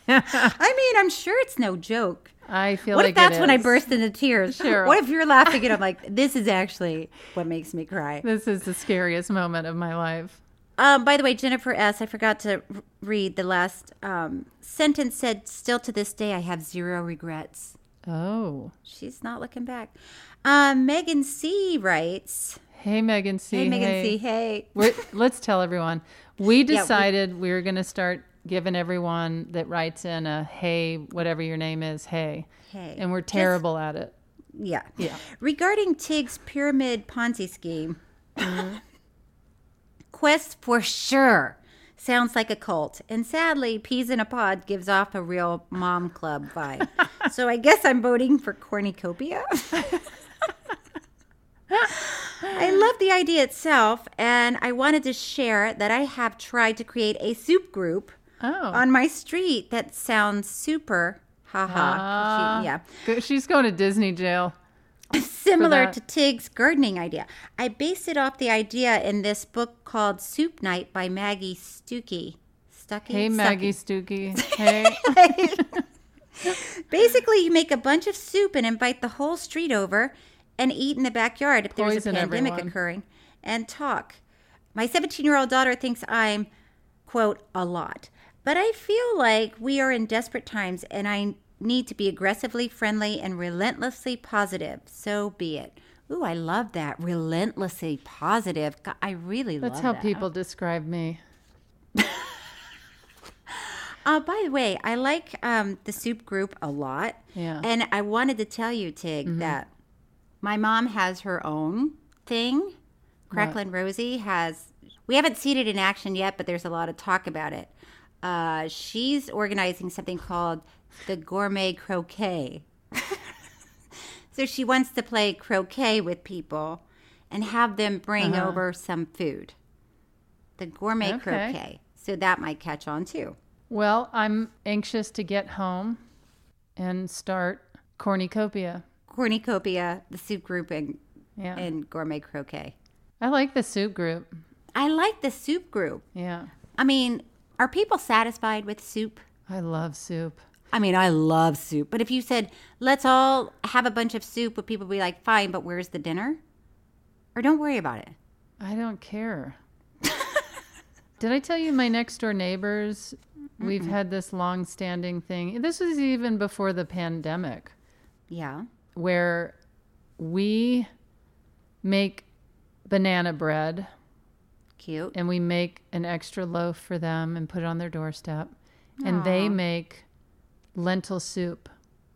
I mean, I'm sure it's no joke. I feel what like if that's it when I is. burst into tears? Cheryl. What if you're laughing and I'm like, this is actually what makes me cry? This is the scariest moment of my life. Um, by the way, Jennifer S., I forgot to r- read the last um, sentence said, still to this day, I have zero regrets. Oh. She's not looking back. Um, Megan C. writes, Hey, Megan C. Hey, Megan C., hey. We're, let's tell everyone. We we- decided we, were going to start given everyone that writes in a hey, whatever your name is, hey. Hey. And we're Just- terrible at it. Yeah. Yeah. Regarding Tig's pyramid Ponzi scheme, Mm-hmm. Quest for sure sounds like a cult. And sadly, Peas in a Pod gives off a real mom club vibe. so I guess I'm voting for Cornucopia. I love the idea itself, and I wanted to share that I have tried to create a soup group Oh. on my street that sounds super. Haha. Ah. She- yeah Go- She's going to Disney jail. similar that. to Tig's gardening idea. I based it off the idea in this book called Soup Night by Maggie Stuckey. Stuckey? Hey, Stuckey. Maggie Stookie. Hey. Basically, you make a bunch of soup and invite the whole street over and eat in the backyard if there's a Poison pandemic everyone. occurring and talk. My 17 year old daughter thinks I'm, quote, a lot. But I feel like we are in desperate times and I need to be aggressively friendly and relentlessly positive. So be it. Ooh, I love that. Relentlessly positive. God, I really love That's how that. people describe me. Uh, by the way, I like um, the soup group a lot. Yeah. Mm-hmm. And I wanted to tell you, Tig, that my mom has her own thing. Cracklin' Rosie has, we haven't seen it in action yet, but there's a lot of talk about it. Uh, she's organizing something called the Gourmet Croquet. so she wants to play croquet with people and have them bring Uh-huh. over some food. The Gourmet Okay. Croquet. So that might catch on too. Well, I'm anxious to get home and start cornucopia. cornucopia, the soup group, and, Yeah. and gourmet croquet. I like the soup group. I like the soup group. Yeah. I mean, are people satisfied with soup? I love soup. I mean, I love soup, but if you said, let's all have a bunch of soup, would people be like, fine, but where's the dinner? Or don't worry about it. I don't care. Did I tell you my next door neighbors? We've had this long standing thing. This was even before the pandemic. Yeah. where we make banana bread Cute. and we make an extra loaf for them and put it on their doorstep. And they make lentil soup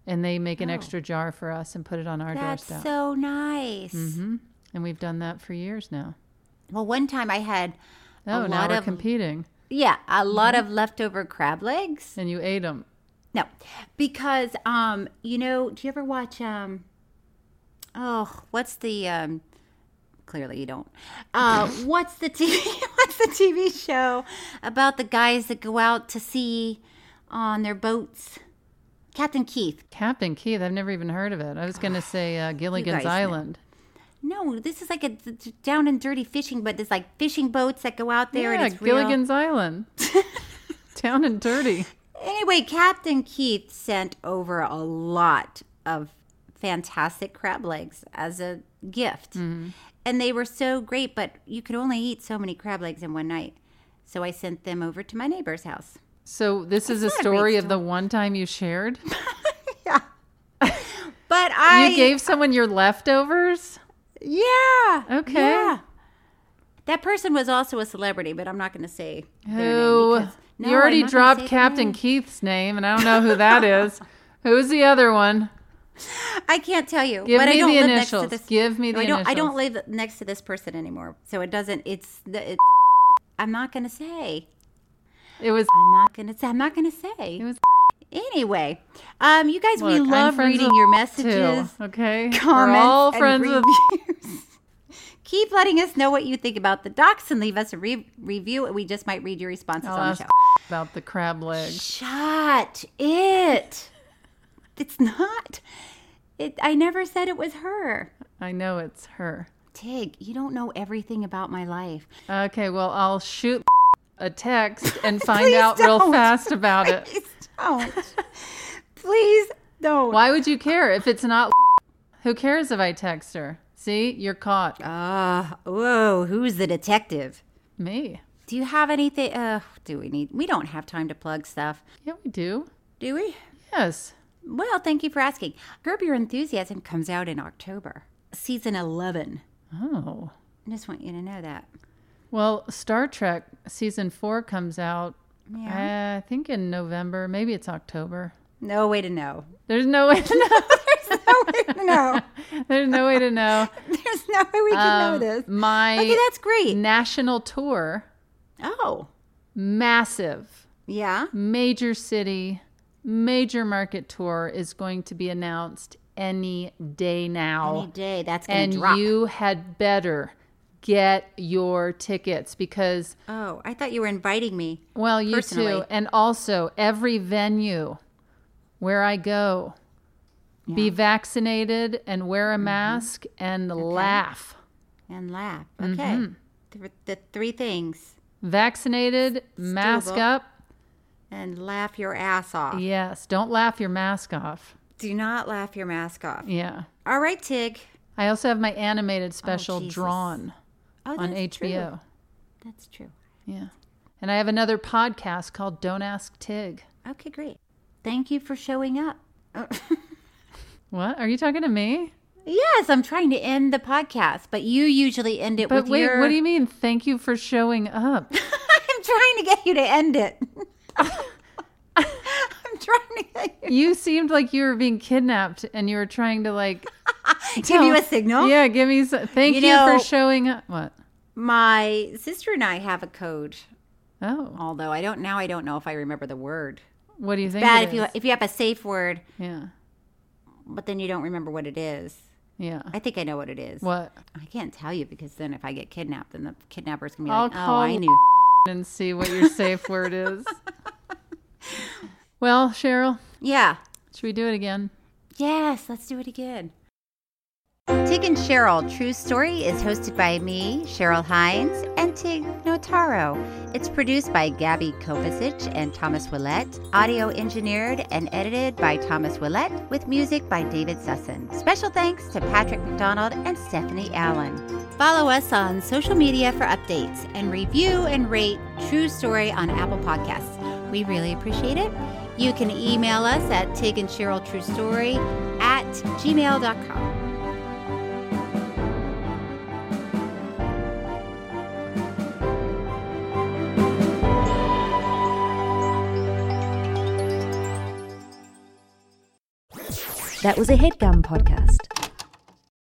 and they make an extra jar for us and put it on our Oh. That's doorstep. so nice. hmm And we've done that for years now. Well, one time I had Oh, now a lot we're mm-hmm. of competing. yeah, a lot of leftover crab legs. And you ate them. No, because um, you know, do you ever watch um, oh, what's the um, clearly you don't. Uh, what's the TV? What's the TV show about the guys that go out to sea on their boats? Captain Keith. Captain Keith, I've never even heard of it. I was going to say uh, guys Gilligan's know. Island. No, this is like a d- d- down and dirty fishing, but there's like fishing boats that go out there yeah, and it's real. Gilligan's Island. Down and dirty. Anyway, Captain Keith sent over a lot of fantastic crab legs as a gift. Mm-hmm. And they were so great, but you could only eat so many crab legs in one night. So I sent them over to my neighbor's house. So this is a not a great story of the one time you shared. But I you gave someone your leftovers. Yeah. Okay. Yeah. That person was also a celebrity, but I'm not going to say their name Who? because- No, you already I'm not gonna dropped say their Captain name. Keith's name, and I don't know who that is. Who's the other one? I can't tell you. Give but I me don't the live initials. Next to this, Give me No, the I don't, I don't initials. live next to this person anymore, so it doesn't. It's the. It, I'm not gonna say. It was. I'm not gonna say. I'm not gonna say. It was. Anyway, um, you guys, we Look, I'm love friends reading with your too, messages, okay. We're comments, all and friends with. reviews. Keep letting us know what you think about the docs and leave us a re- review. We just might read your responses I'll on the ask show. about the crab legs. Shut it. It's not. It. I never said it was her. I know it's her. Tig, you don't know everything about my life. Okay, well I'll shoot a text and find Please out real don't. fast about it. Please don't. Please don't. Why would you care if it's not? Who cares if I text her? See, you're caught. Uh, Ah, whoa, who's the detective? Me. Do you have anything? Uh, do we need? We don't have time to plug stuff, Yeah, we do. do we? Yes. Well, thank you for asking. Curb Your Enthusiasm comes out in October, season 11. Oh. I just want you to know that. Well, Star Trek season four comes out Yeah. I think in November, maybe it's October. No way to know. There's no way to know. no, There's no way to know. there's no way we can know Um, this. My Okay, that's great. national tour. Oh, massive yeah. major city major market tour is going to be announced any day now Any day that's gonna and drop. you had better get your tickets because Oh, I thought you were inviting me. well you Personally. too and also every venue where i go be vaccinated and wear Mm-hmm. a mask and laugh And laugh. Okay. The, the three things. vaccinated mask doable. up And laugh your ass off. yes don't laugh your mask off Do not laugh your mask off. yeah All right, Tig. I also have my animated special Oh, Jesus. Drawn Oh, on that's true. HBO. That's true. Yeah. And I have another podcast called Don't Ask Tig. Okay, great. Thank you for showing up. Uh, What? Are you talking to me? yes, I'm trying to end the podcast, but you usually end it But with wait, your. what do you mean? Thank you for showing up. I'm trying to get you to end it. I'm trying to get you. you seemed like you were being kidnapped and you were trying to like oh, Give you a signal. Yeah, give me some. Thank you, You know- for showing up. What? My sister and I have a code. Oh. Although I don't now, I don't know if I remember the word. What do you think? Bad it if you is? if you have a safe word, Yeah. but then you don't remember what it is. Yeah. I think I know what it is. What? I can't tell you because then if I get kidnapped, then the kidnapper's gonna be I'll like, "Oh, call I knew." And see what your safe word is. Well, Cheryl, Yeah. should we do it again? Yes. Let's do it again. Tig and Cheryl True Story is hosted by me, Cheryl Hines, and Tig Notaro. It's produced by Gabby Kovacic and Thomas Willett, audio engineered and edited by Thomas Willett, with music by David Sussin. Special thanks to Patrick McDonald and Stephanie Allen. Follow us on social media for updates and review and rate True Story on Apple Podcasts. We really appreciate it. You can email us at Tig and Cheryl True Story at gmail.com. That was a headgum podcast.